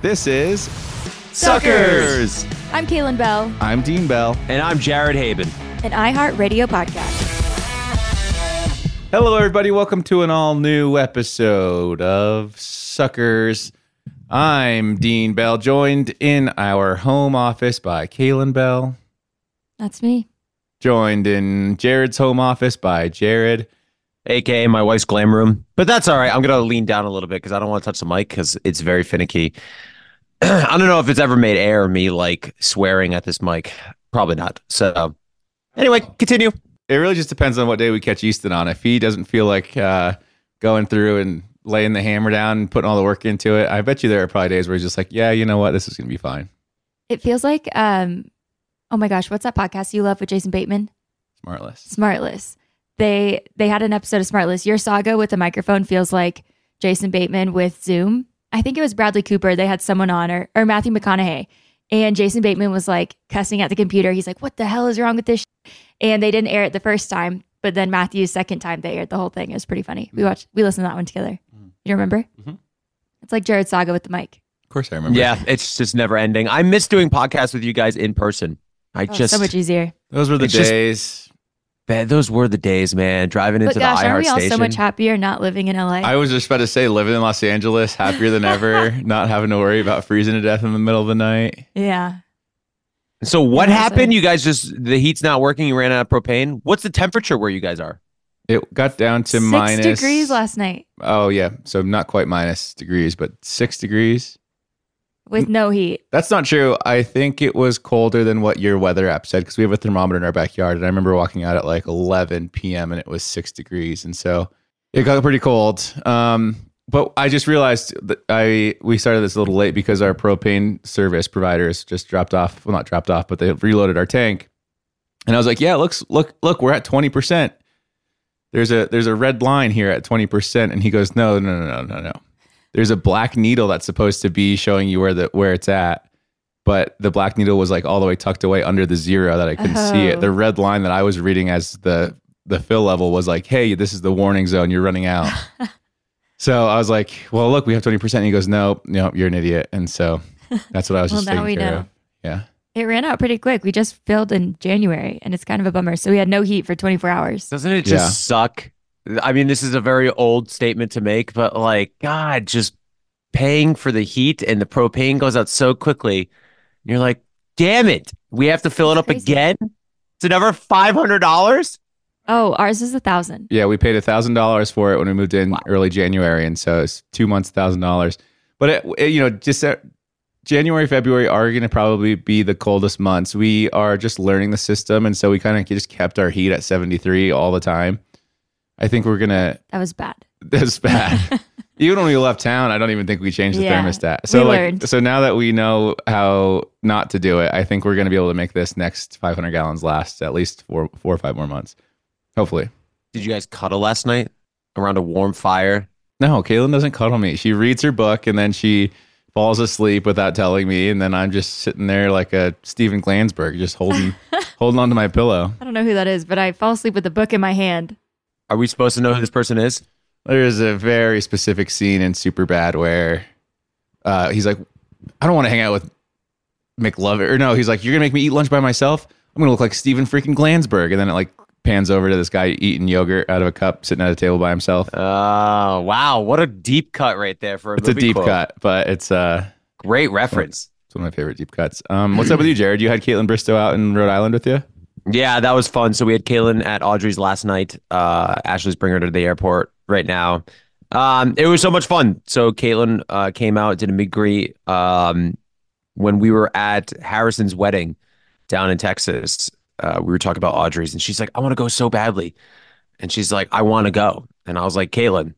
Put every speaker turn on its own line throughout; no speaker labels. This is
Suckers!
I'm Kaylin Bell,
I'm Dean Bell.
And I'm Jared Haben.
an iHeartRadio podcast.
Hello, everybody. Welcome to an all new episode of Suckers. I'm Dean Bell, joined in our home office by Kaylin Bell,
That's me.
joined in Jared's home office by Jared.
AKA my wife's glam room. But that's all right. I'm going to lean down a little bit because I don't want to touch the mic because it's very finicky. I don't know if it's ever made air me like swearing at this mic. Probably not. So, anyway, continue.
It really just depends on what day we catch Easton on. If he doesn't feel like uh, going through and laying the hammer down and putting all the work into it, I bet you there are probably days where he's just like, yeah, you know what? This is going to be fine.
It feels like, um, oh my gosh, what's that podcast you love with Jason Bateman?
Smartless.
Smartless. They they had an episode of Smartless. Your saga with the microphone feels like Jason Bateman with Zoom. I think it was Bradley Cooper. They had someone on or or Matthew McConaughey. And Jason Bateman was like cussing at the computer. He's like, "What the hell is wrong with this?" sh-" And they didn't air it the first time, but then Matthew's second time they aired the whole thing. It was pretty funny. We watched, we listened to that one together.
Mm.
You remember?
Mhm.
It's like Jared's saga with the mic. Oh,
Of course, I remember.
Yeah, it's just never ending. I miss doing podcasts with you guys in person. I
Oh, it's
just,
so much easier.
Those were the
It's just-
days.
man, those were the days, man. Driving
But
into
gosh,
the iHeart
aren't we all
station.
so much happier not living in LA?
I was just about to say, living in Los Angeles, happier than ever, not having to worry about freezing to death in the middle of the night.
yeah.
so, what
Yeah, so-
happened? You guys just, the heat's not working. You ran out of propane. What's the temperature where you guys are?
It got down to
Six
minus
degrees last night
Oh yeah, so not quite minus degrees, but six degrees.
with no heat.
That's not true. I think it was colder than what your weather app said because we have a thermometer in our backyard, and I remember walking out at like 11 p.m. and it was six degrees, and so it got pretty cold. Um, but I just realized that I we started this a little late because our propane service providers just dropped off. Well, not dropped off, but they reloaded our tank, and I was like, "Yeah, it looks look look, we're at 20 percent." There's a there's a red line here at 20 percent, and he goes, "No, no, no, no, no, no." There's a black needle that's supposed to be showing you where the where it's at, but the black needle was like all the way tucked away under the zero that I couldn't see it.
Oh.
The red line that I was reading as the the fill level was like, "Hey, this is the warning zone. You're running out." so I was like, "Well, look, we have 20 percent." And he goes, "No, no, you're an idiot." And so that's what I was
Well,
just
now
taking
we
care
know.
of. Yeah.
It ran out pretty quick. We just filled in January and it's kind of a bummer. So we had no heat for 24 hours.
Doesn't it
Yeah.
just suck? I mean, this is a very old statement to make, but like, God, just paying for the heat and the propane goes out so quickly. And you're like, damn it, we have to fill it
It's
up
crazy.
again. It's another five hundred dollars.
Oh, ours is a thousand.
Yeah, we paid thousand dollars for it when we moved in early January, and so it's two months, thousand dollars. But it, it- you know, just uh, January, February are going to probably be the coldest months. We are just learning the system, and so we kind of just kept our heat at seventy three all the time. I think we're gonna.
That was bad.
That's bad. even when we left town, I don't even think we changed the
Yeah,
thermostat. So
we
like,
learned.
so now that we know how not to do it, I think we're going to be able to make this next five hundred gallons last at least four, four or five more months, hopefully.
Did you guys cuddle last night around a warm fire?
No, Caitlin doesn't cuddle me. She reads her book and then she falls asleep without telling me, and then I'm just sitting there like a Stephen Glansberg, just holding holding onto my pillow.
I don't know who that is, but I fell asleep with a book in my hand.
Are we supposed to know who this person is?
There is a very specific scene in Superbad where uh, he's like, "I don't want to hang out with McLovin," or no, he's like, "You're gonna make me eat lunch by myself. I'm gonna look like Stephen freaking Glansberg," and then it like pans over to this guy eating yogurt out of a cup, sitting at a table by himself.
Oh, wow, what a deep cut right there for a
It's a
movie
deep
quote.
cut, but it's uh.
Great reference.
It's one of my favorite deep cuts. Um, what's up with you, Jared? You had Caitlin Bristow out in Rhode Island with you?
Yeah, that was fun. So we had Kaylin at Audrey's last night. Uh, Ashley's bringing her to the airport right now. Um, it was so much fun. So Caitlin uh, came out, did a meet greet um, when we were at Harrison's wedding down in Texas. Uh, we were talking about Audrey's, and she's like, "I want to go so badly," and she's like, "I want to go," and I was like, "Caitlin,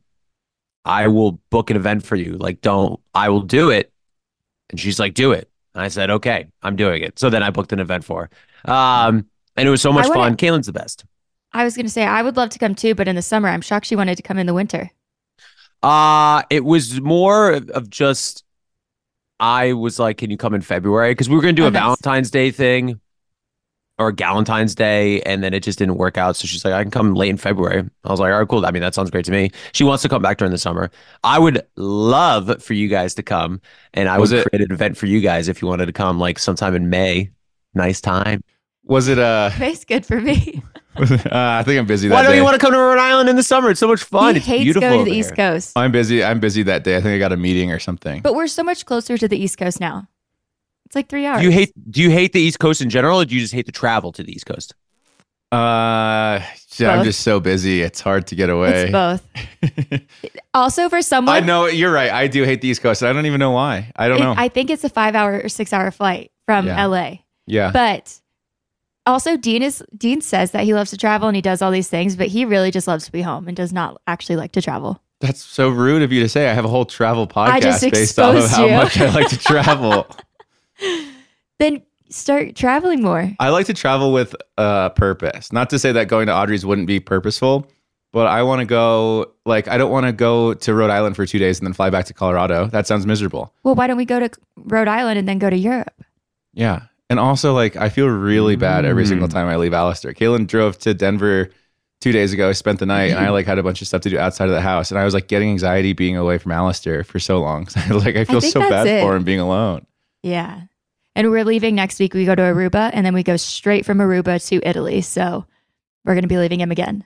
I will book an event for you. Like, don't I will do it," and she's like, "Do it." And I said, "Okay, I'm doing it." So then I booked an event for her. Um, and it was so much
I wanna-
fun. Kaylin's the best.
I was going to say, I would love to come too, but in the summer, I'm shocked she wanted to come in the winter.
Uh it was more of of just I was like, can you come in February? Because we were gonna do
Oh,
a
nice.
Valentine's Day thing. or Galentine's Day, and then it just didn't work out. So she's like, I can come late in February. I was like, all right, cool. I mean, that sounds great to me. She wants to come back during the summer. I would love for you guys to come, and I
Was
would
it-
create an event for you guys if you wanted to come, like sometime in May. Nice time.
Was it? Uh,
That's good for me.
was it- uh I think I'm busy. That
Why don't
day.
you want to come to Rhode Island in the summer? It's so much fun.
he
it's
hates
beautiful
going to the
over
East
there.
Coast.
I'm busy. I'm busy that day. I think I got a meeting or something.
But we're so much closer to the East Coast now. It's like three hours.
Do you hate do you hate the East Coast in general, or do you just hate the travel to the East Coast?
Uh, yeah, I'm
Both.
just so busy. It's hard to get
It's
away.
both. Also, for someone,
I know you're right. I do hate the East Coast. and I don't even know why. I don't
it-
know.
I think it's a five-hour or six-hour flight from
Yeah.
LA.
yeah.
But also, Dean is Dean says that he loves to travel and he does all these things, but he really just loves to be home and does not actually like to travel.
That's so rude of you to say. I have a whole travel podcast
I just
based off of
exposed
how
you.
much I like to travel.
Then start traveling more.
I like to travel with uh, purpose. Not to say that going to Audrey's wouldn't be purposeful, but I want to go, like, I don't want to go to Rhode Island for two days and then fly back to Colorado. That sounds miserable.
Well, why don't we go to Rhode Island and then go to Europe?
Yeah. And also, like, I feel really bad every
Mm.
single time I leave Alistair. Kaylin drove to Denver two days ago, spent the night, and I like had a bunch of stuff to do outside of the house. And I was like getting anxiety being away from Alistair for so long. 'Cause I, like, I feel
think
so
that's
bad
it.
for him being alone.
Yeah. And we're leaving next week. We go to Aruba and then we go straight from Aruba to Italy. So we're going to be leaving him again.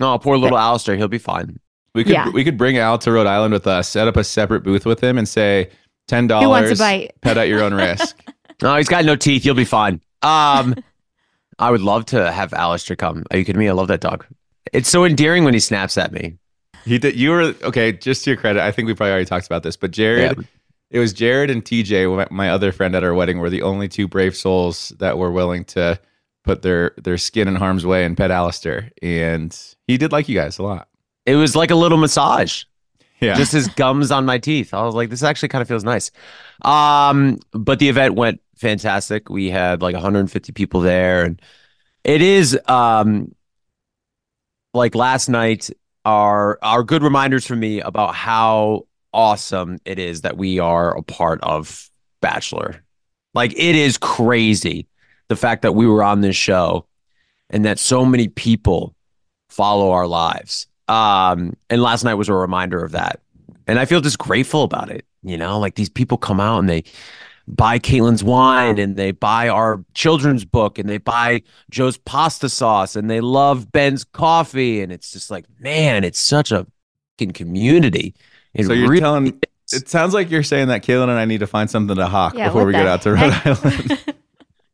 No, poor little Alistair. He'll be fine.
We could
Yeah.
we could bring Al to Rhode Island with us, set up a separate booth with him, and say ten
Who wants a
dollars.
bite?
Pet at your own risk.
No, he's got no teeth. He'll be fine. Um, I would love to have Alistair come. Are you kidding me? I love that dog. It's so endearing when he snaps at me.
He did. You were okay. Just to your credit, I think we probably already talked about this, but Jared, it was Jared and TJ, my- my other friend at our wedding, were the only two brave souls that were willing to put their their skin in harm's way and pet Alistair, and he did like you guys a lot.
It was like a little massage.
Yeah,
just his gums on my teeth. I was like, this actually kind of feels nice. Um, but the event went fantastic. We had like 150 people there, and it is um, like last night are are good reminders for me about how awesome it is that we are a part of Bachelor. Like it is crazy the fact that we were on this show and that so many people follow our lives. Um, and last night was a reminder of that. And I feel just grateful about it. You know, like these people come out and they buy Caitlin's wine and they buy our children's book and they buy Joe's pasta sauce and they love Ben's coffee. And it's just like, man, it's such a fucking community. It
so you're
really
telling.
is.
It sounds like you're saying that Kaylin and I need to find something to hawk
Yeah,
before
what
we
the
get out to Rhode
heck?
Island.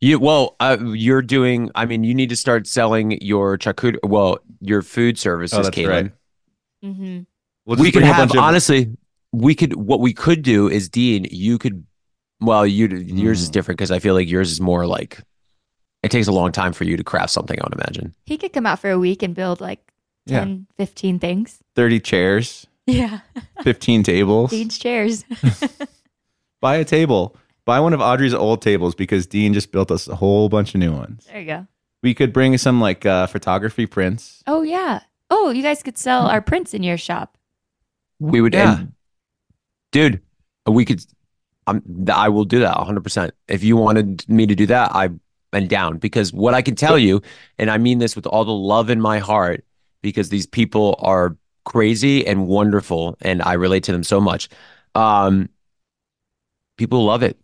You well, uh, you're doing. I mean, you need to start selling your charcuterie. Well, your food services,
oh, that's
Caitlin.
right.
hmm
We'll
we
just
could
bring a
have
bunch of-
honestly. We could. What we could do is, Dean. You could. Well, you yours is
Mm.
different because I feel like yours is more like. It takes a long time for you to craft something. I would imagine.
He could come out for a week and build like
Yeah.
10, 15 things.
30 chairs,
Yeah.
15 tables.
Dean's chairs.
Buy a table. Buy one of Audrey's old tables because Dean just built us a whole bunch of new ones.
There you go.
We could bring some like uh, photography prints.
Oh, yeah. Oh, you guys could sell our prints in your shop.
We would.
Yeah.
and- dude, we could. I'm. I will do that 100. percent If you wanted me to do that, I am down because what I can tell you, and I mean this with all the love in my heart, because these people are crazy and wonderful, and I relate to them so much. Um, people love it.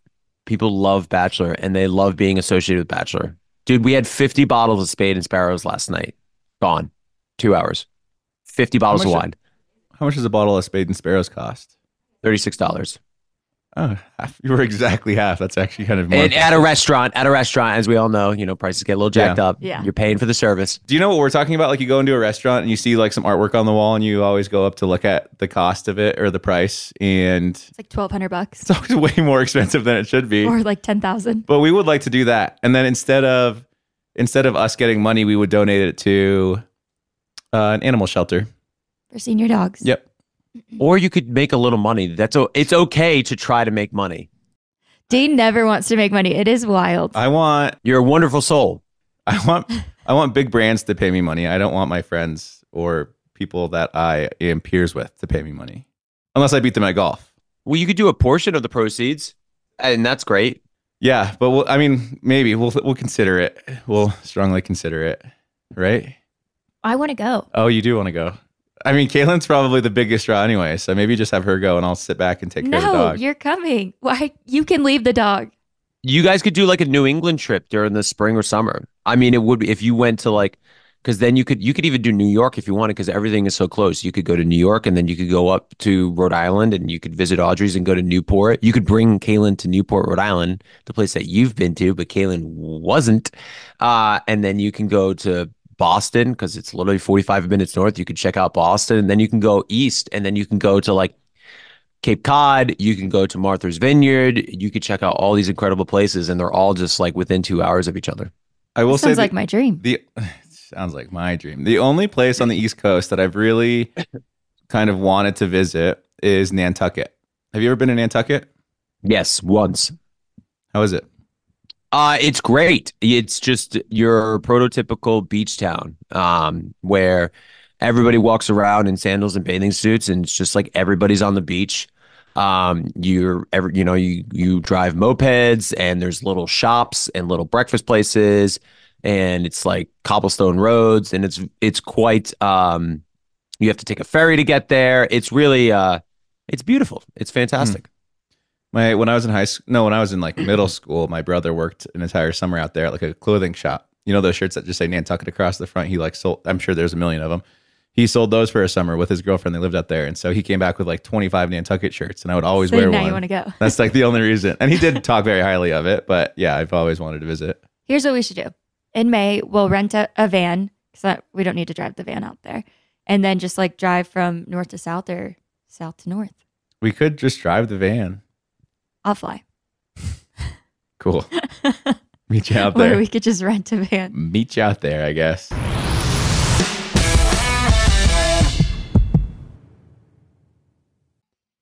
People love Bachelor, and they love being associated with Bachelor. Dude, we had 50 bottles of Spade and Sparrows last night. Gone, two hours. 50 bottles of
much-
wine,
How much does a bottle of Spade and Sparrows cost?
thirty-six dollars.
Oh, half. you were exactly half. That's actually kind of more.
And at a restaurant, at a restaurant, as we all know, you know, prices get a little jacked up.
Yeah.
You're paying for the service.
Do you know what we're talking about? Like you go into a restaurant and you see like some artwork on the wall, and you always go up to look at the cost of it or the price, and
It's like 1200 bucks
it's always way more expensive than it should be.
or like 10,000.
But we would like to do that, and then instead of instead of us getting money, we would donate it to uh, an animal shelter.
For senior dogs.
Yep.
Or you could make a little money. That's o- it's okay to try to make money.
Dean never wants to make money. It is wild.
I want
You're a wonderful soul.
I want I want big brands to pay me money. I don't want my friends or people that I am peers with to pay me money. Unless I beat them at golf.
Well, you could do a portion of the proceeds, and that's great.
Yeah, but we'll, I mean, maybe we'll we'll consider it. We'll strongly consider it, right?
I want to go.
Oh, you do want to go. I mean, Caitlin's probably the biggest draw anyway, so maybe just have her go, and I'll sit back and take care of the
No,
dog.
you're coming. Why? You can leave the dog.
You guys could do like a New England trip during the spring or summer. I mean, it would be if you went to like, because then you could you could even do New York if you wanted, because everything is so close. You could go to New York and then you could go up to Rhode Island and you could visit Audrey's and go to Newport. You could bring Kaylin to Newport, Rhode Island, the place that you've been to, but Kaylin wasn't. Uh, and then you can go to Boston because it's literally 45 minutes north. You could check out Boston and then you can go east and then you can go to like Cape Cod, you can go to Martha's Vineyard, you could check out all these incredible places, and they're all just like within two hours of each other.
I will say
Sounds
the-
like my dream.
The sounds like my dream. The only place on the East Coast that I've really kind of wanted to visit is Nantucket. Have you ever been to Nantucket?
Yes, once.
How is it?
Uh, it's great. It's just your prototypical beach town um, where everybody walks around in sandals and bathing suits, and it's just like everybody's on the beach. Um, you're ever, you know, you you drive mopeds, and there's little shops and little breakfast places, and it's like cobblestone roads, and it's it's quite. Um, you have to take a ferry to get there. It's really, uh, it's beautiful. It's fantastic.
My when I was in high school, no, when I was in like middle school, my brother worked an entire summer out there at like a clothing shop. You know those shirts that just say Nantucket across the front. He like sold. I'm sure there's a million of them. He sold those for a summer with his girlfriend. They lived out there, and so he came back with like 25 Nantucket shirts, and I would always
So
wear
now
one.
you want to go.
That's like the only reason. And he did talk very highly of it, but yeah, I've always wanted to visit.
Here's what we should do. In May, we'll rent a, a van because we don't need to drive the van out there, and then just like drive from north to south or south to north.
We could just drive the van.
I'll fly.
Cool. Meet you out
or
there.
we could just rent a van.
Meet you out there, I guess.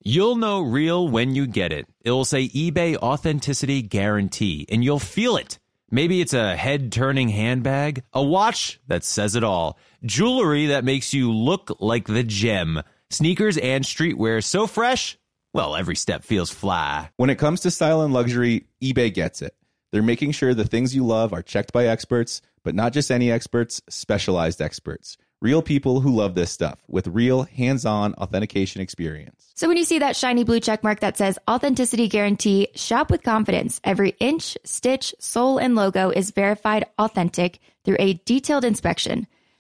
You'll know real when you get it. It'll say eBay authenticity guarantee, and you'll feel it. Maybe it's a head turning handbag, a watch that says it all, jewelry that makes you look like the gem, sneakers and streetwear so fresh, well, every step feels fly.
When it comes to style and luxury, eBay gets it. They're making sure the things you love are checked by experts, but not just any experts, specialized experts. Real people who love this stuff with real hands on authentication experience.
So when you see that shiny blue check mark that says authenticity guarantee, shop with confidence. Every inch, stitch, sole, and logo is verified authentic through a detailed inspection.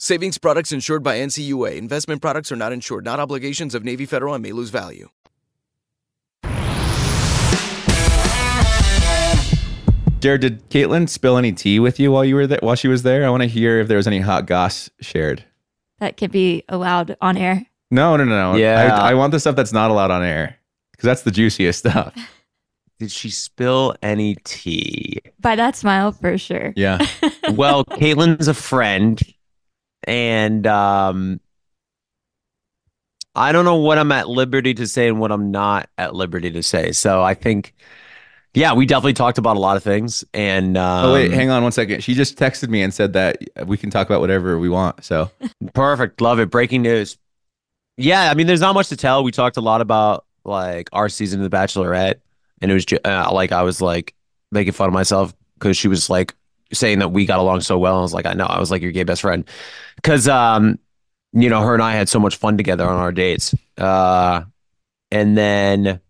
Savings products insured by NCUA. Investment products are not insured, not obligations of Navy Federal and may lose value.
Jared, did Caitlin spill any tea with you while you were there? While she was there, I want to hear if there was any hot goss shared.
That can be allowed on air.
No, no, no, no.
Yeah.
I, I want the stuff that's not allowed on air because that's the juiciest stuff.
Did she spill any tea?
By that smile, for sure.
Yeah.
well, Caitlin's a friend, and um, I don't know what I'm at liberty to say and what I'm not at liberty to say. So I think yeah, we definitely talked about a lot of things. And um,
oh wait, hang on one second. She just texted me and said that we can talk about whatever we want. So
Perfect. Love it. Breaking news. Yeah, I mean, there's not much to tell. We talked a lot about like our season of The Bachelorette, and it was ju- uh, like I was like making fun of myself because she was like saying that we got along so well. I was like, I know. I was like your gay best friend because um, you know, her and I had so much fun together on our dates. Uh, and then.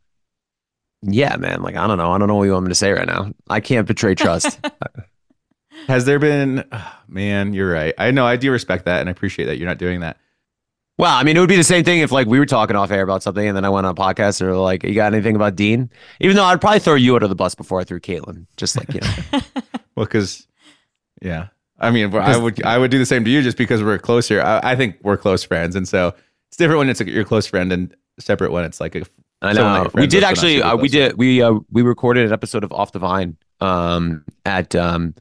Yeah, man. Like, I don't know. I don't know what you want me to say right now. I can't betray trust.
has there been? oh, man, you're right. I know. I do respect that, and I appreciate that you're not doing that.
Well, I mean, it would be the same thing if like we were talking off air about something and then I went on a podcast or like, you got anything about Dean? Even though I'd probably throw you under the bus before I threw Caitlin, just like, you know,
Well, because yeah, I mean, I would I would do the same to you just because we're closer. I, I think we're close friends, and so it's different when it's like your close friend and separate when it's like a.
I
someone that
know
you're
we
friends
did
with, but not
actually,
super
uh, we
close
did, we, uh, we recorded an episode of off the vine, um, at, um,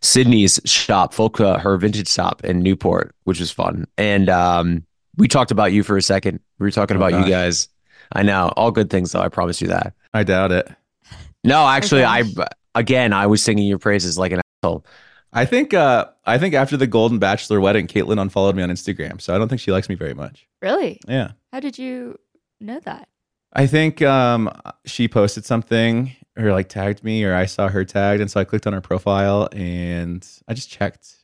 Sydney's shop, Folka, her vintage shop in Newport, which was fun. And, um, we talked about you for a second. We were talking
Oh,
about
gosh.
you guys. I know all good things though. I promise you that.
with. I doubt it.
No, actually, I,
gosh.
again, I was singing your praises like an asshole.
I think uh I think after the Golden Bachelor wedding, Caitlyn unfollowed me on Instagram, so I don't think she likes me very much.
Really?
Yeah.
How did you know that?
I think um, she posted something or like tagged me or I saw her tagged. And so I clicked on her profile and I just checked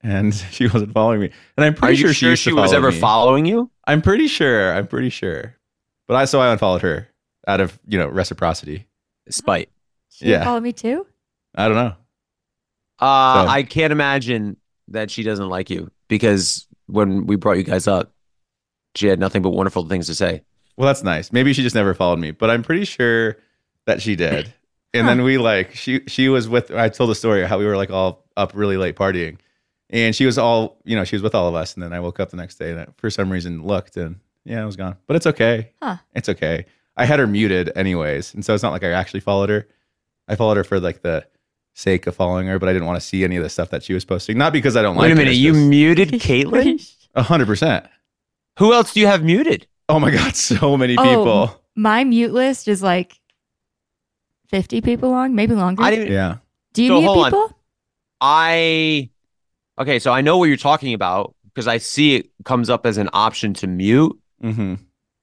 and she wasn't following me. And I'm
Are
pretty
you
sure,
sure,
she, used
she
to
was
follow
ever
me.
following you?
I'm pretty sure. I'm pretty sure. But I, so I unfollowed her out of, you know, reciprocity.
Spite.
She didn't
Yeah.
Follow me too?
I don't know.
Uh,
So-
I can't imagine that she doesn't like you because when we brought you guys up, she had nothing but wonderful things to say.
Well, that's nice. Maybe she just never followed me, but I'm pretty sure that she did. And then we like she she was with I told the story how we were like all up really late partying. And she was all, you know, she was with all of us and then I woke up the next day and I, for some reason looked and yeah, I was gone. But it's okay.
Huh.
It's okay. I had her muted anyways, and so it's not like I actually followed her. I followed her for like the sake of following her, but I didn't want to see any of the stuff that she was posting. Not because I don't
Wait
like
a minute, you muted Caitlyn?
hundred percent.
Who else do you have muted?
Oh my god, so many
Oh.
people.
My mute list is like 50 people long, maybe longer.
I didn't.
Yeah.
Do you
So,
mute
hold on.
people?
I okay, so I know what you're talking about because I see it comes up as an option to mute,
Mm-hmm.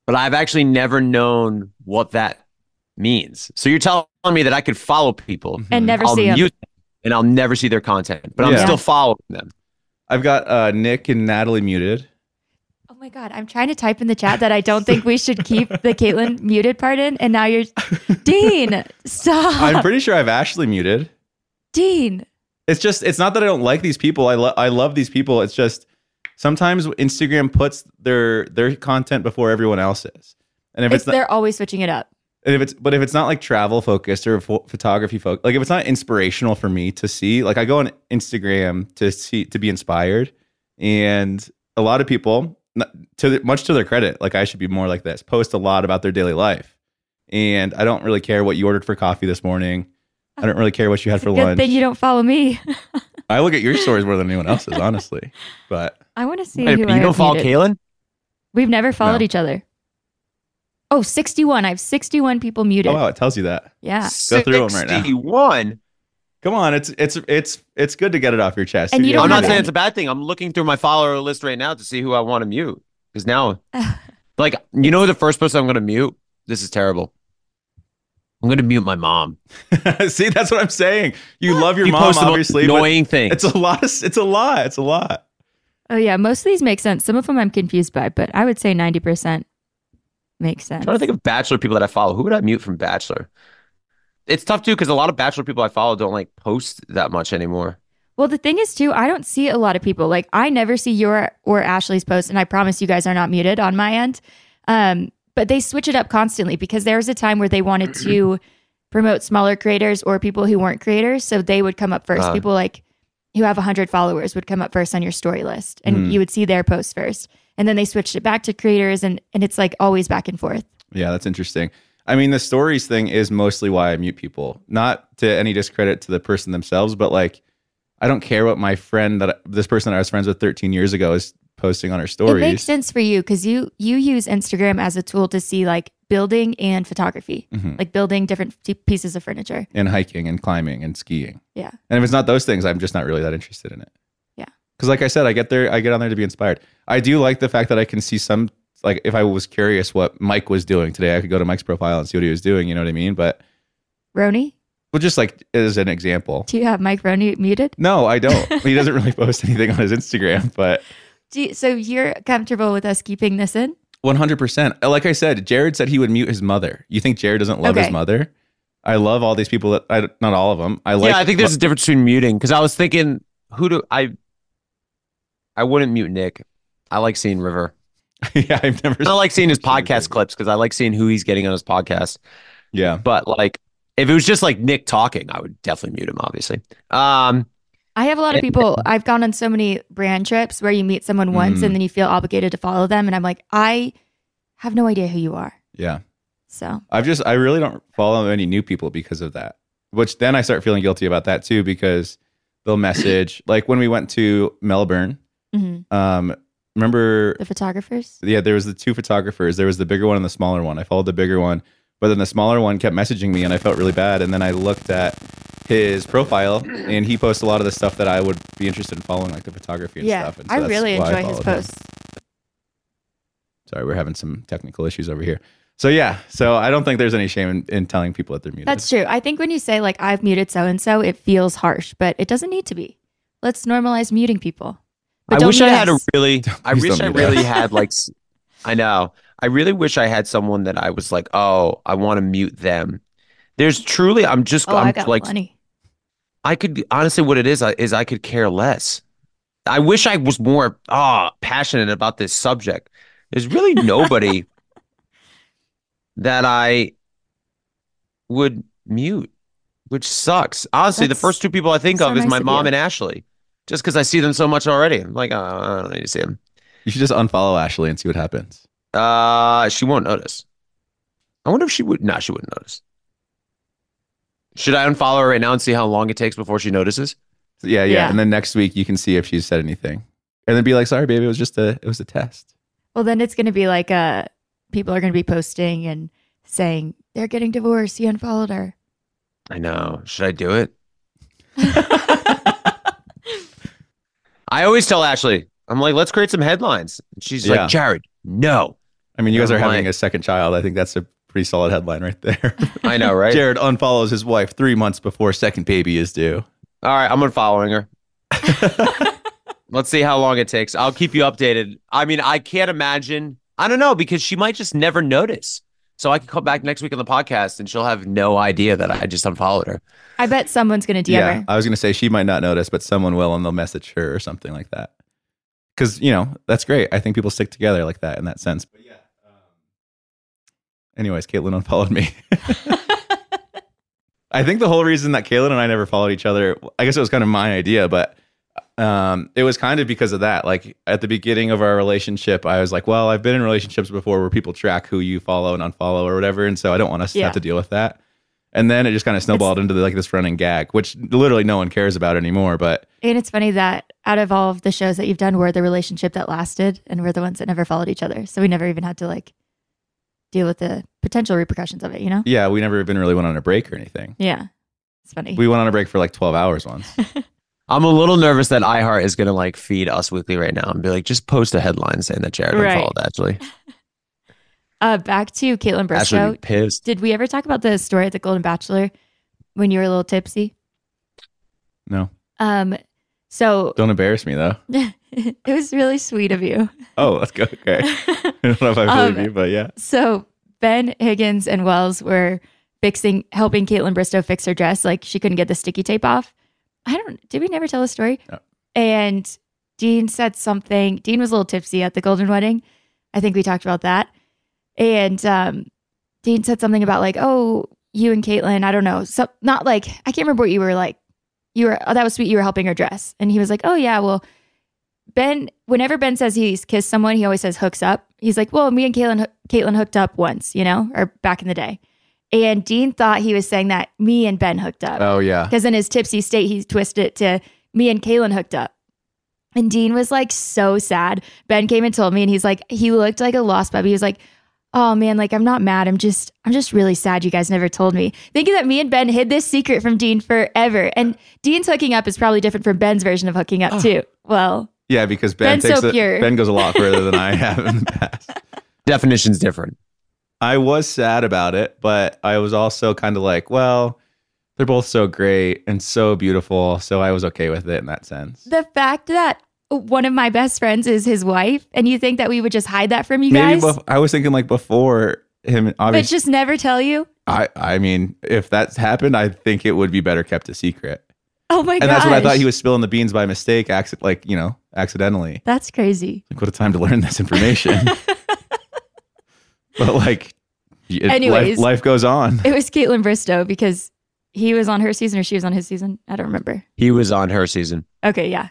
but I've actually never known what that means. So you're telling me that I could follow people
Mm-hmm.
And never
Mm. I'll
see 'em.
mute them and I'll never see their content, but I'm
Yeah.
still following them.
I've got uh, Nick and Natalie muted.
Oh my God. I'm trying to type in the chat that I don't think we should keep the Caitlin muted part in. And now you're, Dean, stop.
I'm pretty sure I've Ashley muted.
Dean.
It's just it's not that I don't like these people. I lo- I love these people. It's just sometimes Instagram puts their their content before everyone else's. And if
It's,
it's, not,
they're always switching it up.
and if it's but if it's not like travel focused or pho- photography focused, like if it's not inspirational for me to see, like I go on Instagram to see to be inspired, and a lot of people, not- to the, much to their credit, like I should be more like this, post a lot about their daily life, and I don't really care what you ordered for coffee this morning. I don't really care what you had
It's a
for
good
lunch.
thing you don't follow me.
I look at your stories more than anyone else's, honestly. But
I want to see
Wait,
who
but
I
you don't
have
follow
muted.
Kalen?
We've never followed
No.
each other. Oh, 61. I have 61 people muted.
oh wow, it tells you that.
Yeah.
Go through 'em right now.
61.
Come on, it's it's it's it's good to get it off your chest.
And you don't
I'm not
have
saying
any.
it's a bad thing. I'm looking through my follower list right now to see who I want to mute. Because now, like, you know, the first person I'm going to mute? This is terrible. I'm going to mute my mom.
See, that's what I'm saying. You love your
You
mom,
post the most
obviously. but
annoying thing.
It's a lot. Of, it's a lot. It's a lot.
Oh, yeah. Most of these make sense. Some of them I'm confused by, but I would say 90% makes sense.
I'm trying to think of Bachelor people that I follow. Who would I mute from Bachelor? It's tough, too, because a lot of Bachelor people I follow don't like post that much anymore.
Well, the thing is, too, I don't see a lot of people. Like, I never see your or Ashley's post, and I promise you guys are not muted on my end. Um, but they switch it up constantly because there was a time where they wanted to promote smaller creators or people who weren't creators, so they would come up 1st
Ah.
people like who have 100 followers would come up first on your story list, and
Hmm.
you would see their posts first. And then they switched it back to creators, and and it's like always back and forth.
Yeah, that's interesting. I mean, the stories thing is mostly why I mute people. Not to any discredit to the person themselves, but like, I don't care what my friend that this person that I was friends with 13 years ago is posting on her
It makes
stories.
sense for you because you you use Instagram as a tool to see like building and photography,
Mhm.
like building different t- pieces of furniture.
and hiking and climbing and skiing.
Yeah.
And if it's not those things, I'm just not really that interested in it.
Yeah.
Because like I said, I get there, I get on there to be inspired. I do like the fact that I can see some, like if I was curious what Mike was doing today, I could go to Mike's profile and see what he was doing. You know what I mean? But
Roni,
well, just like as an example.
do you have Mike Roni muted?
No, I don't. he doesn't really post anything on his Instagram, but
Do you, so you're comfortable with us keeping this in?
100%. Uh, Like I said, Jared said he would mute his mother. You think Jared doesn't love
Okay.
his mother? I love all these people that I not all of them. I like
yeah, I think there's a difference between muting because I was thinking, who do I? I wouldn't mute Nick. I like seeing River.
yeah, I've never
And I like seeing his
Sure,
podcast
River.
clips because I like seeing who he's getting on his podcast.
Yeah.
But like, if it was just like Nick talking, I would definitely mute him. Obviously. Um.
I have a lot of
And-
people. I've gone on so many brand trips where you meet someone once
Mm.
and then you feel obligated to follow them. And I'm like, I have no idea who you are.
Yeah.
So
I've just I really don't follow any new people because of that. Which then I start feeling guilty about that too because they'll message like when we went to Melbourne.
mhm.
Um, remember?
the photographers.
Yeah, there was the two photographers. There was the bigger one and the smaller one. I followed the bigger one, but then the smaller one kept messaging me, and I felt really bad. And then I looked at his profile, and he posts a lot of the stuff that I would be interested in following, like the photography and
Yeah,
stuff. And so
I
that's
really
why I
enjoy his
followed him.
posts.
Sorry, we're having some technical issues over here. So yeah, so I don't think there's any shame in, in telling people that they're muted.
That's true. I think when you say like I've muted so and so, it feels harsh, but it doesn't need to be. Let's normalize muting people. But
I
don't
wish I
mute
had a
us.
really. I
please
wish
don't
I
do that.
really had like. s- I know. I really wish I had someone that I was like, oh, I want to mute them. There's truly. I'm just.
Oh,
I'm
I got
like.
plenty.
I could be- honestly, what it is I- is I could care less. I wish I was more ah passionate about this subject. There's really nobody that I would mute, which sucks. Honestly, the
That's
first two people I think
so
of is
nice
my
of
mom
you.
and Ashley, just because I see them so much already. I'm like, oh, I don't need to see them.
You should just unfollow Ashley and see what happens.
Uh, she won't notice. I wonder if she would. Nah, she wouldn't notice. Should I unfollow her right now and see how long it takes before she notices?
So, yeah, yeah,
Yeah.
And then next week you can see if she's said anything, and then be like, "Sorry, baby, it was just a, it was a test."
Well, then it's going to be like uh, people are going to be posting and saying they're getting divorced. He unfollowed her.
I know. Should I do it? I always tell Ashley, I'm like, let's create some headlines. And she's
Yeah.
like, Jared, no.
I mean, you guys
Oh
are having
my.
a second child. I think that's a pretty solid headline right there.
I know, right?
Jared unfollows his wife three months before second baby is due.
All right, I'm unfollowing her. let's see how long it takes. I'll keep you updated. I mean, I can't imagine. I don't know because she might just never notice. So I could come back next week on the podcast and she'll have no idea that I just unfollowed her.
I bet someone's going to DM her.
I was gonna say she might not notice, but someone will, and they'll message her or something like that. Because you know that's great. I think people stick together like that in that sense. But yeah. Um... Anyways, Caitlin unfollowed me. I think the whole reason that Caitlin and I never followed each other, I guess it was kind of my idea, but um, it was kind of because of that. Like at the beginning of our relationship, I was like, well, I've been in relationships before where people track who you follow and unfollow or whatever. And so I don't want us to
Yeah.
have to deal with that. And then it just kind of snowballed into like this running gag, which literally no one cares about anymore. But
And it's funny that out of all of the shows that you've done, we're the relationship that lasted and we're the ones that never followed each other. So we never even had to like deal with the potential repercussions of it, you know?
yeah, we never even really went on a break or anything.
Yeah. It's funny.
We went on a break for like 12 hours once.
I'm a little nervous that iHeart is going to like feed Us Weekly right now and be like, just post a headline saying that Jared
Right.
unfollowed Ashley.
uh, back to Caitlin
Ashley
Briscoe.
would be pissed.
Did we ever talk about the story at the Golden Bachelor when you were a little tipsy?
No.
Um, so
Don't embarrass me though.
it was really sweet of you.
Oh, let's go. Okay. I don't know if I
Um,
believe you, but yeah.
So Ben Higgins and Wells were fixing, helping Caitlin Bristow fix her dress. Like she couldn't get the sticky tape off. I don't. Did we never tell the story?
No.
And Dean said something. Dean was a little tipsy at the Golden Wedding. I think we talked about that. And um, Dean said something about like, "Oh, you and Caitlin. I don't know. So not like I can't remember what you were like. You were oh, that was sweet. You were helping her dress." And he was like, "Oh yeah, well." Ben, whenever Ben says he's kissed someone, he always says hooks up. He's like, well, me and Caitlin, Caitlin hooked up once, you know, or back in the day. And Dean thought he was saying that me and Ben hooked up
Oh, yeah.
because in his tipsy state, he twisted it to me and Kaylin hooked up. And Dean was like so sad. Ben came and told me, and he's like, he looked like a lost puppy. He was like, oh man, like I'm not mad. I'm just I'm just really sad you guys never told me. Thinking that me and Ben hid this secret from Dean forever. And Dean's hooking up is probably different from Ben's version of hooking up too. Well,
Yeah, because Ben
Ben's
takes
so
it-
pure.
Ben goes a lot further than I have in the past.
Definition's different.
I was sad about it, but I was also kind of like, well, they're both so great and so beautiful, so I was okay with it in that sense.
the fact that one of my best friends is his wife, and you think that we would just hide that from you
Maybe
guys,
bef- I was thinking like before him.
but
Obviously,
just never tell you.
I I mean, if that happened, I think it would be better kept a secret.
Oh my god,
and that's what I thought he was spilling the beans by mistake, acci- like you know, accidentally.
That's crazy.
Like, what a time to learn this information. but like, it,
Anyways.
life, life goes on.
It was Caitlin Bristow because he was on her season or she was on his season. I don't remember.
He was on her season.
Okay, yeah.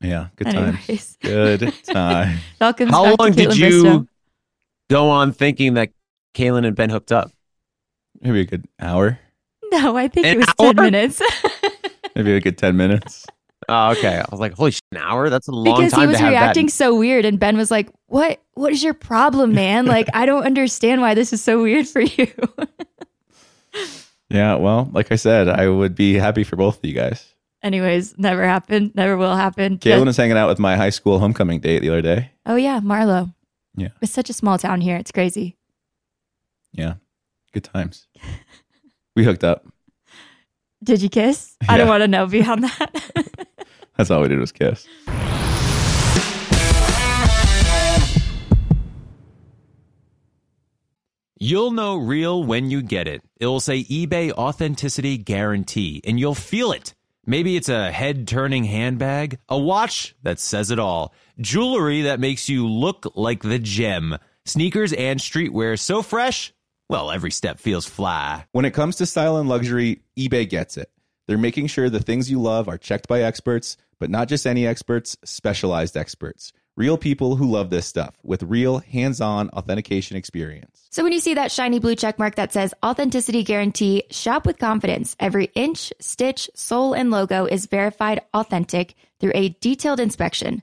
Yeah, good time.
Anyways,
Good time.
welcome.
How
back to
long did
Caitlin
you
Bristow.
go on thinking that Kalen and Ben hooked up?
Maybe a good hour.
No, I think
An
it was ten
hour?
minutes
Maybe a good 10 minutes.
Oh, okay. I was like, holy shit, an hour? That's a long
because
time
he was
to have
reacting
that.
so weird, and Ben was like, "What? What is your problem, man? Like, I don't understand why this is so weird for you."
Yeah, well, like I said, I would be happy for both of you guys.
Anyways, never happened. Never will happen.
Kaylin was hanging out with my high school homecoming date the other day.
Oh yeah, Marlowe.
Yeah.
It's such a small town here. It's crazy.
Yeah, good times. We hooked up.
Did you kiss? I don't
Yeah.
want to know beyond that.
That's all we did was kiss.
You'll know real when you get it. It'll say eBay authenticity guarantee, and you'll feel it. Maybe it's a head turning handbag, a watch that says it all, jewelry that makes you look like the gem, sneakers and streetwear so fresh, well, every step feels fly.
When it comes to style and luxury, eBay gets it. They're making sure the things you love are checked by experts, but not just any experts, specialized experts. Real people who love this stuff with real hands on authentication experience.
so when you see that shiny blue check mark that says authenticity guarantee, shop with confidence. Every inch, stitch, sole, and logo is verified authentic through a detailed inspection.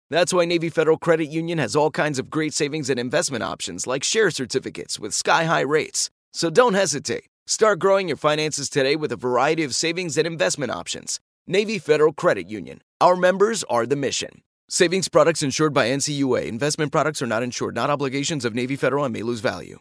That's why Navy Federal Credit Union has all kinds of great savings and investment options like share certificates with sky high rates. So don't hesitate. Start growing your finances today with a variety of savings and investment options. Navy Federal Credit Union. Our members are the mission. Savings products insured by NCUA. Investment products are not insured, not obligations of Navy Federal and may lose value.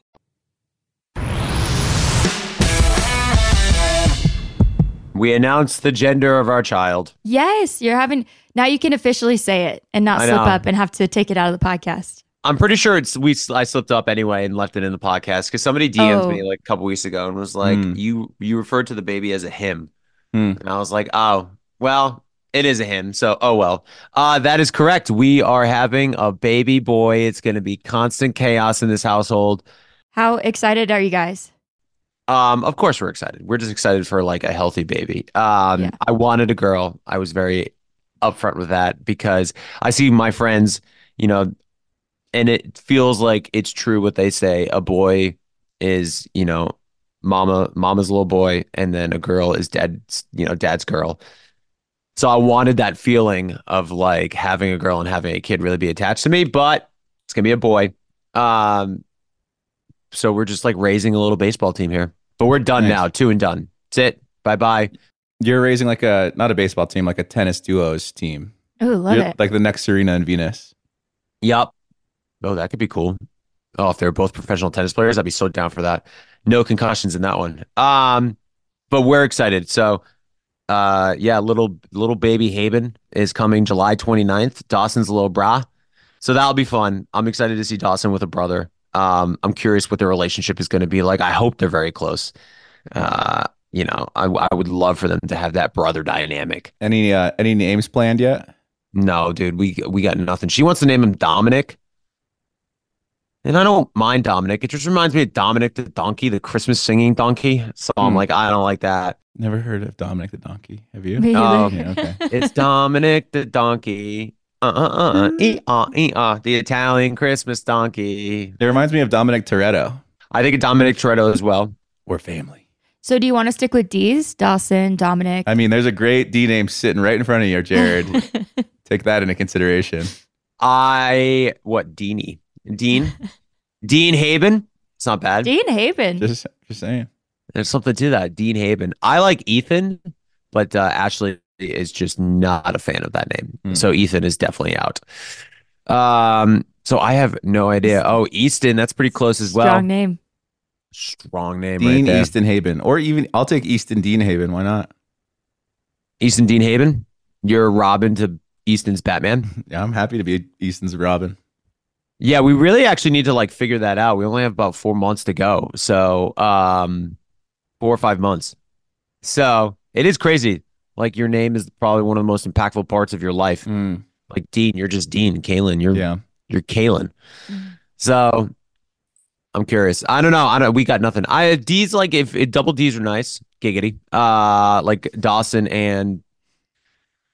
We announced the gender of our child.
Yes, you're having now you can officially say it and not
I
slip
know.
up and have to take it out of the podcast.
I'm pretty sure it's we. I slipped up anyway and left it in the podcast because somebody DM'd
Oh.
me like a couple weeks ago and was like,
Hmm.
"You you referred to the baby as a him,"
Hmm.
and I was like, "Oh well, it is a him." So oh well, uh, that is correct. We are having a baby boy. It's going to be constant chaos in this household.
How excited are you guys?
Um, of course we're excited. We're just excited for like a healthy baby. Um,
Yeah.
I wanted a girl. I was very upfront with that because I see my friends, you know, and it feels like it's true what they say. A boy is, you know, mama mama's little boy, and then a girl is dad's, you know, dad's girl. So I wanted that feeling of like having a girl and having a kid really be attached to me, but it's gonna be a boy. Um, so we're just like raising a little baseball team here, but we're done
Nice.
now. Two and done. That's it. Bye bye.
You're raising like a not a baseball team, like a tennis duos team.
Oh, love
You're
it.
Like the next Serena and Venus.
Yup. Oh, that could be cool. Oh, if they're both professional tennis players, I'd be so down for that. No concussions in that one. Um, but we're excited. So, uh, yeah, little little baby Haben is coming July 29th. Dawson's little bra. So that'll be fun. I'm excited to see Dawson with a brother. Um, I'm curious what their relationship is going to be like. I hope they're very close. Uh, you know, I, I would love for them to have that brother dynamic.
Any uh, any names planned yet?
No, dude, we we got nothing. She wants to name him Dominic. And I don't mind Dominic. It just reminds me of Dominic the donkey, the Christmas singing donkey. So I'm
Hmm.
like, I don't like that.
Never heard of Dominic the Donkey. Have you?
Me
Um,
either.
yeah,
It's Dominic the donkey. Uh uh uh. E uh e uh. The Italian Christmas donkey.
It reminds me of Dominic Toretto.
I think of Dominic Toretto as well.
We're family.
so do you want to stick with D's? Dawson, Dominic.
I mean, there's a great D name sitting right in front of you, Jared. Take that into consideration.
I what Deanie. Dean? Dean Haben? It's not bad.
Dean Haven.
Just just saying.
There's something to that. Dean Haven. I like Ethan, but uh, Ashley is just not a fan of that name.
Hmm.
So Ethan is definitely out. Um, so I have no idea. Oh, Easton, that's pretty close as well.
Strong name.
Strong name right
Dean
there.
Easton Haven, or even I'll take Easton Dean Haven. Why not?
Easton Dean Haven. You're Robin to Easton's Batman.
Yeah, I'm happy to be Easton's Robin.
Yeah, we really actually need to like figure that out. We only have about four months to go. So um four or five months. So it is crazy. Like your name is probably one of the most impactful parts of your life.
Mm,
like Dean, you're just Dean. Kalen, you're
yeah,
you're Kalen.
Mhm.
So I'm curious. I don't know. I don't. We got nothing. I D's like if, if double D's are nice, giggity. Uh, like Dawson and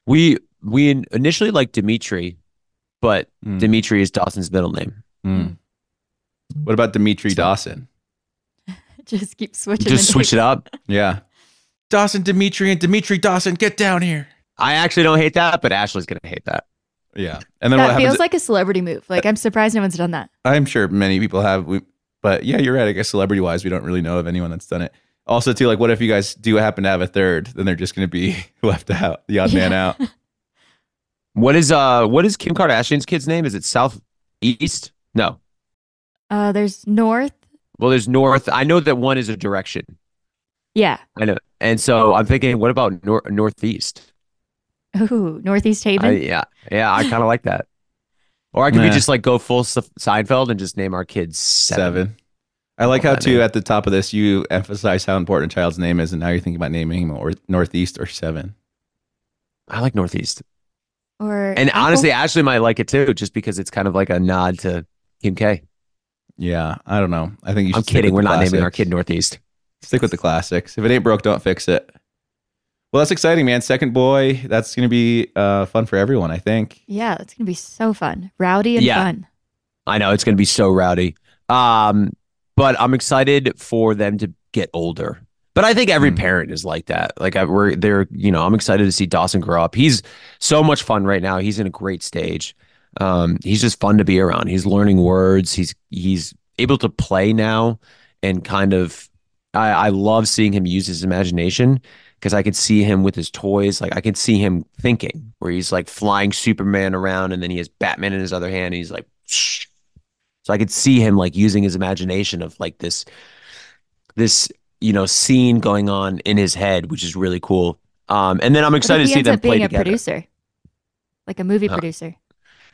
we we initially like Dimitri, but
Mm.
Dimitri is Dawson's middle name.
mm. What about Dimitri Dawson?
Just keep switching.
Just switch it up.
Yeah, Dawson Dimitri and Dimitri Dawson, get down here.
I actually don't hate that, but Ashley's gonna hate that.
Yeah, and then what
That
happens?
feels like a celebrity move. Like I'm surprised no one's done that.
I'm sure many people have, we, but yeah, you're right. I guess celebrity wise, we don't really know of anyone that's done it. Also, too, like, what if you guys do happen to have a third? Then they're just going to be left out, the odd man
Yeah.
out.
What is uh what is Kim Kardashian's kid's name? Is it Southeast? No.
Uh, there's North.
Well, there's North. I know that one is a direction.
Yeah.
I know. And so I'm thinking, what about nor- Northeast?
Ooh, Northeast Haven.
I, yeah. Yeah. I kind of like that. Or I could be
Nah.
just like go full Se- Seinfeld and just name our kids seven.
Seven. I like how,
Well, I
too,
mean-
at the top of this, you emphasize how important a child's name is and how you're thinking about naming him or Northeast or seven.
I like Northeast.
or
And
Apple.
honestly, Ashley might like it too, just because it's kind of like a nod to Kim K.
Yeah, I don't know. I think you should
I'm
stick
kidding.
with
We're
the
not naming our
classics.
kid Northeast.
Stick with the classics. If it ain't broke, don't fix it. Well, that's exciting, man. Second boy, that's going to be uh, fun for everyone, I think.
yeah, it's gonna be so fun, rowdy and
Yeah.
fun.
I know it's going to be so rowdy. Um, but I'm excited for them to get older. But I think every
Mm.
parent is like that. Like I, we're they're you know I'm excited to see Dawson grow up. He's so much fun right now. He's in a great stage. Um, he's just fun to be around. He's learning words. He's he's able to play now, and kind of I, I love seeing him use his imagination because I can see him with his toys. Like I can see him thinking where he's like flying Superman around, and then he has Batman in his other hand, and he's like. "Shh." So I could see him like using his imagination of like this, this you know scene going on in his head, which is really cool. Um, and then I'm
What if
excited to
he
see
ends
them
up being
play
a
together. Uh,
producer, like a movie
Huh.
producer.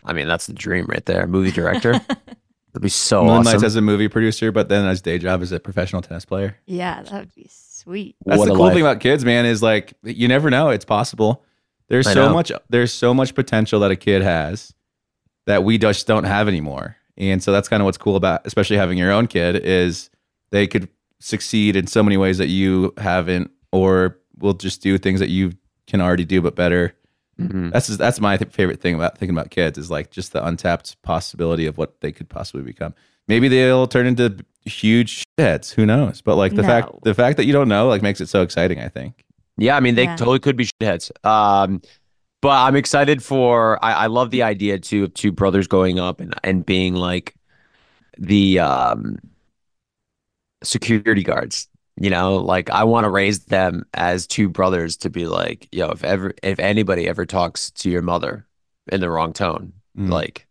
I mean, that's the dream right there, movie director. That'd be so
Moonlights
awesome.
as a movie producer, but then his day job as a professional tennis player.
yeah, that would be sweet.
That's
What
the
a
cool
life.
thing about kids, man, is like you never know. It's possible. There's
I
so
know.
much there's so much potential that a kid has that we just don't have anymore. And so that's kind of what's cool about especially having your own kid is they could succeed in so many ways that you haven't or will just do things that you can already do but better.
Mhm.
That's just, that's my th- favorite thing about thinking about kids is like just the untapped possibility of what they could possibly become. Maybe they'll turn into huge shitheads. Who knows? But like the fact
No.
the fact that you don't know like makes it so exciting. I think.
Yeah, I mean they
Yeah.
totally could be shitheads. Um, but I'm excited for. I, I love the idea too of two brothers going up and and being like, the um, security guards. You know, like I want to raise them as two brothers to be like, yo, if ever if anybody ever talks to your mother in the wrong tone,
Mm.
like,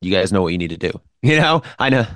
you guys know what you need to do. You know, I know.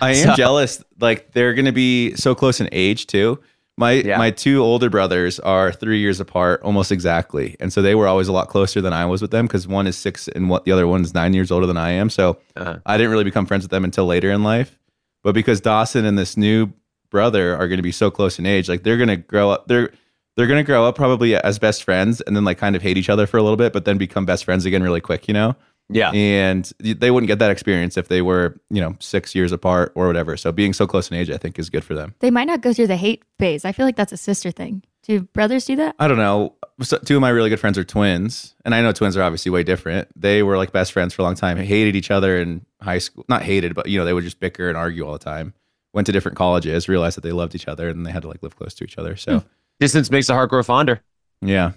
I am
So-
jealous. Like they're going to be so close in age too. My
Yeah.
my two older brothers are three years apart, almost exactly, and so they were always a lot closer than I was with them because one is six and what the other one's nine years older than I am. So
Uh-huh.
I didn't really become friends with them until later in life. But because Dawson and this new brother are going to be so close in age, like they're going to grow up. They're they're going to grow up probably as best friends and then like kind of hate each other for a little bit, but then become best friends again really quick. You know
Yeah.
and they wouldn't get that experience if they were you know six years apart or whatever so being so close in age i think is good for them
They might not go through the hate phase. I feel like that's a sister thing. Do brothers do that?
i don't know so two of my really good friends are twins and i know twins are obviously way different they were like best friends for a long time hated each other in high school not hated but you know they would just bicker and argue all the time went to different colleges realized that they loved each other and they had to like live close to each other so
Distance makes the heart grow fonder.
yeah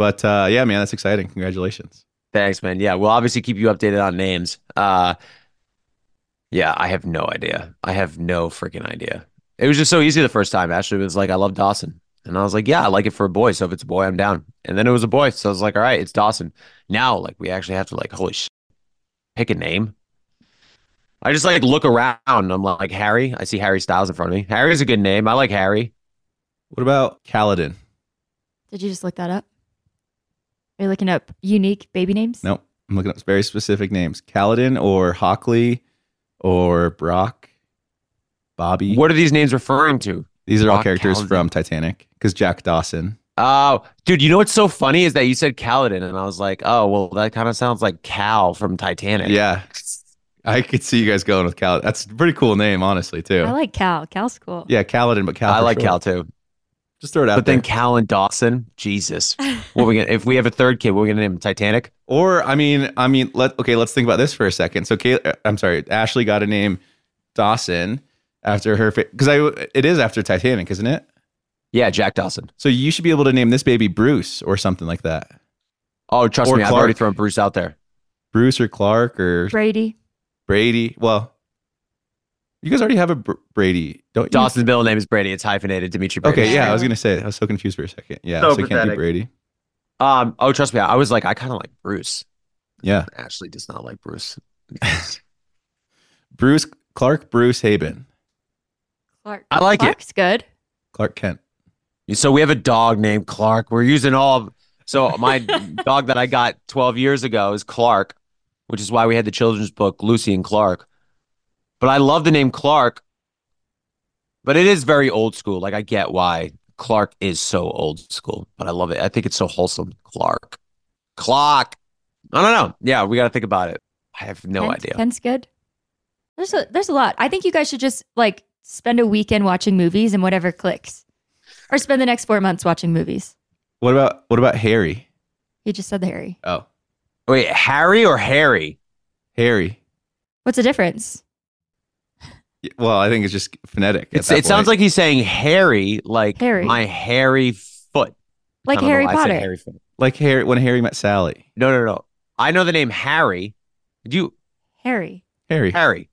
but uh, yeah man that's exciting congratulations
Thanks, man. Yeah, we'll obviously keep you updated on names. Uh yeah, I have no idea. I have no freaking idea. It was just so easy the first time. Ashley was like, I love Dawson. And I was like, Yeah, I like it for a boy. So if it's a boy, I'm down. And then it was a boy. So I was like, All right, it's Dawson. Now, like, we actually have to like, holy sh pick a name. I just like look around. I'm like, Harry. I see Harry Styles in front of me. Harry's a good name. I like Harry.
what about Kaladin?
Did you just look that up? Are you looking up unique baby names?
Nope. I'm looking up very specific names. Kaladin or Hockley or Brock, Bobby.
What are these names referring to?
These are all
Brock
characters
Kaladin.
from Titanic because Jack Dawson.
Oh, dude, you know what's so funny is that you said Kaladin, and I was like, oh, well, that kind of sounds like Cal from Titanic.
Yeah. I could see you guys going with Kaladin. That's a pretty cool name, honestly, too.
I like Cal. Cal's cool.
yeah, Kaladin, but Cal.
I
for
like
short.
Cal too.
Just throw it out
But
there.
then Cal and Dawson, Jesus. What we gonna, if we have a third kid, what we gonna name him? Titanic?
or I mean, I mean, let okay, let's think about this for a second. So, Kay, I'm sorry, Ashley got a name Dawson after her because I it is after Titanic, isn't it?
Yeah, Jack Dawson.
So you should be able to name this baby Bruce or something like that.
Oh, trust
Or
me, I've already
Clark.
thrown Bruce out there.
Bruce or Clark or
Brady.
Brady. Well, you guys already have a Br- Brady, don't you?
Dawson's middle name is Brady. It's hyphenated, Dimitri Brady.
Okay, yeah, I
Yeah.
was gonna say I was so confused for a second. Yeah, so,
So
it can't be
pathetic.
Brady.
Um. Oh, trust me, I was like, I kind of like Bruce.
Yeah,
Ashley does not like Bruce.
Bruce Clark, Bruce Haben,
Clark.
I like it.
Clark's good.
Clark Kent.
So we have a dog named Clark. We're using all. Of, so my dog that I got 12 years ago is Clark, which is why we had the children's book Lucy and Clark. But I love the name Clark. But it is very old school. Like I get why Clark is so old school, but I love it. I think it's so wholesome. Clark, Clark. I don't know. Yeah, we got to think about it. I have no
Kent-
idea.
Kent's good. There's a there's a lot. I think you guys should just like spend a weekend watching movies and whatever clicks, or spend the next four months watching movies.
What about what about Harry?
You just said Harry.
Oh,
Wait, Harry or Harry?
Harry.
What's the difference?
Y- Well, I think it's just phonetic. at
It's,
that
it sounds
point.
like he's saying Harry, like
Harry.
my hairy foot.
Like
I don't know
Harry
why I said
Potter.
Harry Potter.
like Harry when Harry met Sally.
No, no, no. I know the name Harry. Do you
Harry.
Harry.
Harry?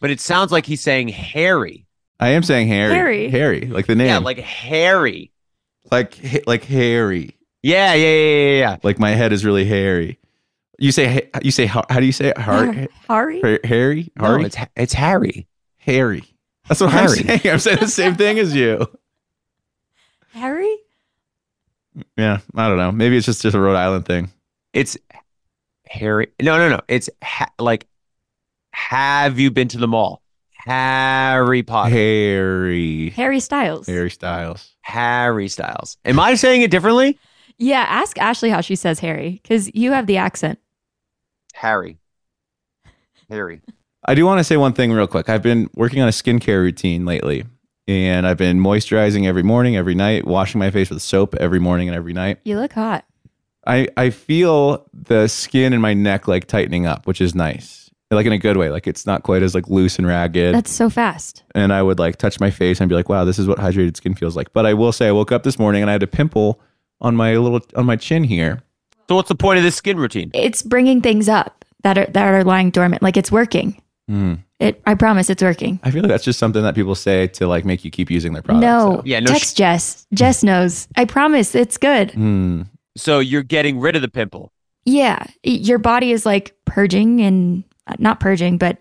But it sounds like he's saying Harry.
I am saying Harry.
Harry.
Harry, like the name.
Yeah, like Harry.
like ha- like Harry.
Yeah, yeah, yeah, yeah, yeah.
Like my head is really hairy. You say ha- you say how, how do you say it? Har-
Har- Harry.
Har- Harry?
No,
Harry?
it's Ha- it's Harry.
Harry. That's what I'm
Harry.
saying. I'm saying the same thing as you.
Harry.
Yeah, I don't know. Maybe it's just, just a Rhode Island thing.
It's Harry. No, no, no. It's ha- like, have you been to the mall? Harry Potter,
Harry.
Harry Styles.
Harry Styles.
Harry Styles. Am I saying it differently?
Yeah, ask Ashley how she says Harry because you have the accent.
Harry. Harry.
I do want to say one thing real quick. I've been working on a skincare routine lately, and I've been moisturizing every morning, every night, washing my face with soap every morning and every night.
You look hot.
I, I feel the skin in my neck like tightening up, which is nice. Like in a good way. Like it's not quite as like loose and ragged.
That's so fast.
and I would like touch my face and be like, "Wow, this is what hydrated skin feels like." But I will say, I woke up this morning and I had a pimple on my little on my chin here.
So what's the point of this skin routine?
It's bringing things up that are that are lying dormant. Like it's working.
Mm.
It, I promise it's working.
I feel like that's just something that people say to like make you keep using their product.
No,
so.
Yeah, no
text Jess. Jess knows. I promise it's good.
Mm.
So you're getting rid of the pimple.
Yeah, y- your body is like purging and uh, not purging, but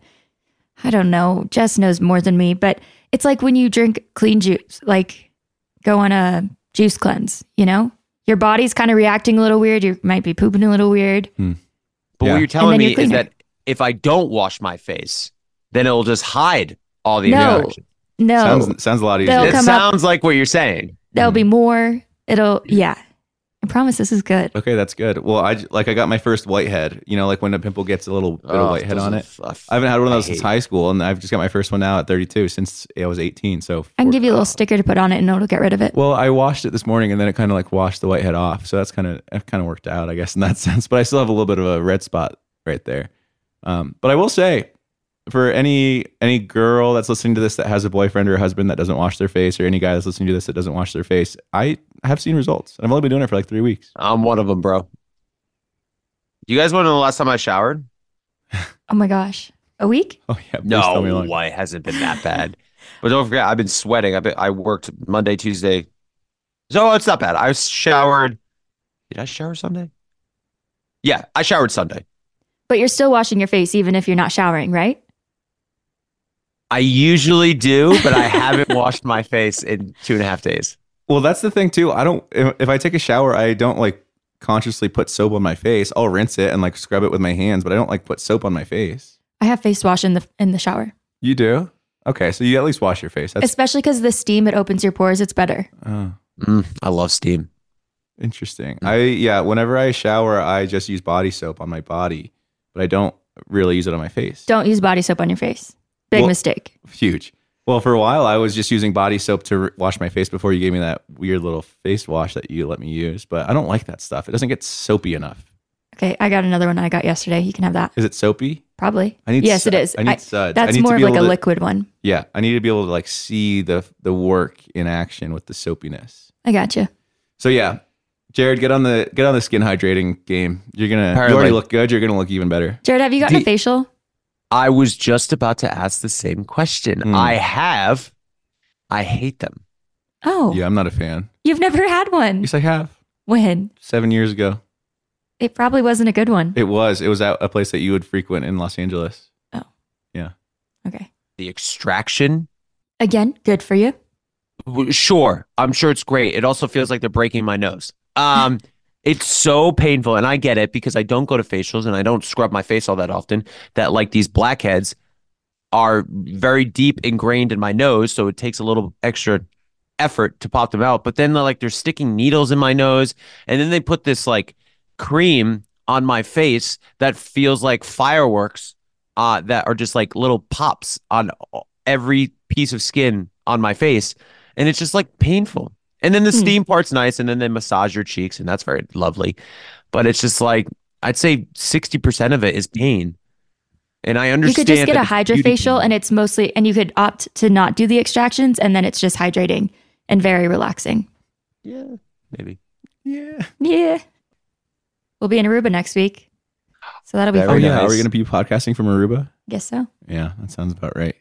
I don't know. Jess knows more than me, but it's like when you drink clean juice, like go on a juice cleanse, you know? Your body's kind of reacting a little weird. You might be pooping a little weird.
But
Yeah.
what you're telling
then
me
you're
is
cleaner.
that if I don't wash my face, then it'll just hide all the
No.
infection.
No,
Sounds sounds a lot easier.
They'll
It
come up-
sounds like what you're saying.
there'll be more. It'll, yeah. I promise this is good.
Okay, that's good. Well, I j- like I got my first whitehead. You know, like when a pimple gets a little bit
Oh,
of whitehead on it. I haven't had one of those since high school, and I've just got my first one now at 32 since I was 18. So
I can give you a
four-
little sticker to put on it and it'll get rid of it.
Well, I washed it this morning, and then it kind of like washed the whitehead off. So that's kind of it kind of worked out, I guess, in that sense. But I still have a little bit of a red spot right there. Um, but I will say, for any any girl that's listening to this that has a boyfriend or a husband that doesn't wash their face, or any guy that's listening to this that doesn't wash their face, I have seen results. I've only been doing it for like three weeks.
I'm one of them, bro. You guys want to know the last time I showered?
Oh my gosh. A week?
Oh yeah, please tell me
No,
longer.
it hasn't been that bad. but don't forget, I've been sweating. I've been, I worked Monday, Tuesday. So oh, it's not bad. I showered. Did I shower Sunday? Yeah, I showered Sunday.
But you're still washing your face even if you're not showering, right?
I usually do, but I haven't washed my face in two and a half days.
Well, that's the thing too. I don't. If if I take a shower, I don't like consciously put soap on my face. I'll rinse it and like scrub it with my hands, but I don't like put soap on my face.
I have face wash in the in the shower.
You do? Okay, so you at least wash your face. That's
Especially because the steam it opens your pores, it's better.
oh,
Mm, I love steam.
interesting. I yeah. Whenever I shower, I just use body soap on my body, but I don't really use it on my face.
Don't use body soap on your face. Big
Well-
mistake.
Huge. Well, for a while, I was just using body soap to r- wash my face before you gave me that weird little face wash that you let me use. But I don't like that stuff. It doesn't get soapy enough.
Okay, I got another one I got yesterday. You can have that.
Is it soapy?
Probably.
I need.
yes,
su-
it is.
I need suds. I
that's
need to
more of
be
like a
able to-
liquid one.
Yeah, I need to be able to like see the the work in action with the soapiness.
I got you.
So yeah, Jared, get on the get on the skin hydrating game. You're gonna you
Apparently.
already look good. You're gonna look even better.
Jared, have you gotten
Do-
a facial?
I was just about to ask the same question.
Mm.
I have. I hate them.
Oh,
Yeah, I'm not a fan.
you've never had one.
Yes, I have.
When
Seven years ago,
it probably wasn't a good one.
it was it was at a place that you would frequent in Los Angeles.
Okay.
The extraction
Again, good for you.
W- sure i'm sure it's great it also feels like they're breaking my nose um it's so painful and i get it because i don't go to facials and i don't scrub my face all that often that like these blackheads are very deep ingrained in my nose so it takes a little extra effort to pop them out but then they're like they're sticking needles in my nose and then they put this like cream on my face that feels like fireworks uh, that are just like little pops on every piece of skin on my face and it's just like painful. And then the
Hmm.
steam part's nice, and then they massage your cheeks, and that's very lovely. But it's just like I'd say sixty percent of it is pain, and I
You
understand.
could just get a
that it's beauty-
hydrofacial, and it's mostly, and you could opt to not do the extractions, and then it's just hydrating and very relaxing.
yeah, maybe.
Yeah.
Yeah. We'll be in Aruba next week. So that'll be
Very
Oh
fun.
yeah.
nice.
Are we gonna be podcasting from Aruba?
Guess so.
Yeah, that sounds about right.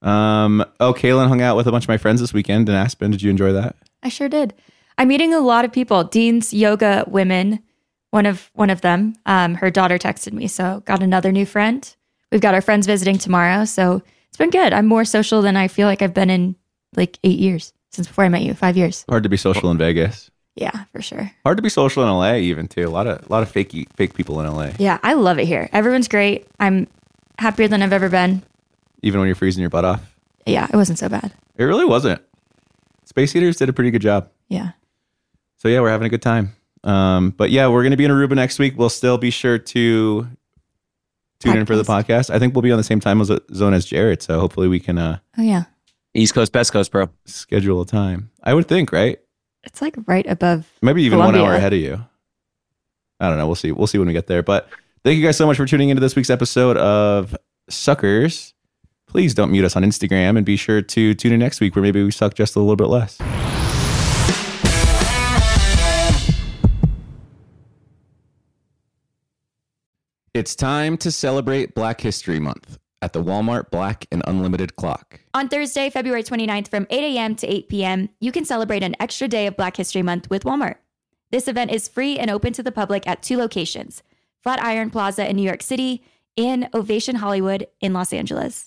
Um. Oh, Kaylin hung out with a bunch of my friends this weekend in Aspen. Did you enjoy that?
I sure did. I'm meeting a lot of people. Dean's yoga women, one of one of them. Um, her daughter texted me, so got another new friend. We've got our friends visiting tomorrow, so it's been good. I'm more social than I feel like I've been in like eight years since before I met you. Five years,
Hard to be social in Vegas.
yeah, for sure.
Hard to be social in LA even too. A lot of a lot of fake fake people in LA.
Yeah, I love it here. Everyone's great. I'm happier than I've ever been.
Even when you're freezing your butt off.
Yeah, it wasn't so bad.
It really wasn't. Space Eaters did a pretty good job.
Yeah,
So yeah, we're having a good time. Um, but yeah, we're gonna be in Aruba next week. We'll still be sure to tune in for the podcast. I think we'll be on the same time zo- zone as Jared, so hopefully we can uh,
oh yeah,
East Coast, Best Coast, bro.
schedule a time. I would think, right?
it's like right above.
Maybe even one hour
Colombia.
ahead of you. I don't know. We'll see. We'll see when we get there. But thank you guys so much for tuning into this week's episode of Suckers. Please don't mute us on Instagram and be sure to tune in next week where maybe we suck just a little bit less. It's time to celebrate Black History Month. at the Walmart Black and Unlimited Clock.
On Thursday, February 29th from 8 a.m. to 8 p.m., you can celebrate an extra day of Black History Month with Walmart. This event is free and open to the public at two locations Flatiron Plaza in New York City and Ovation Hollywood in Los Angeles.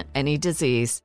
any disease.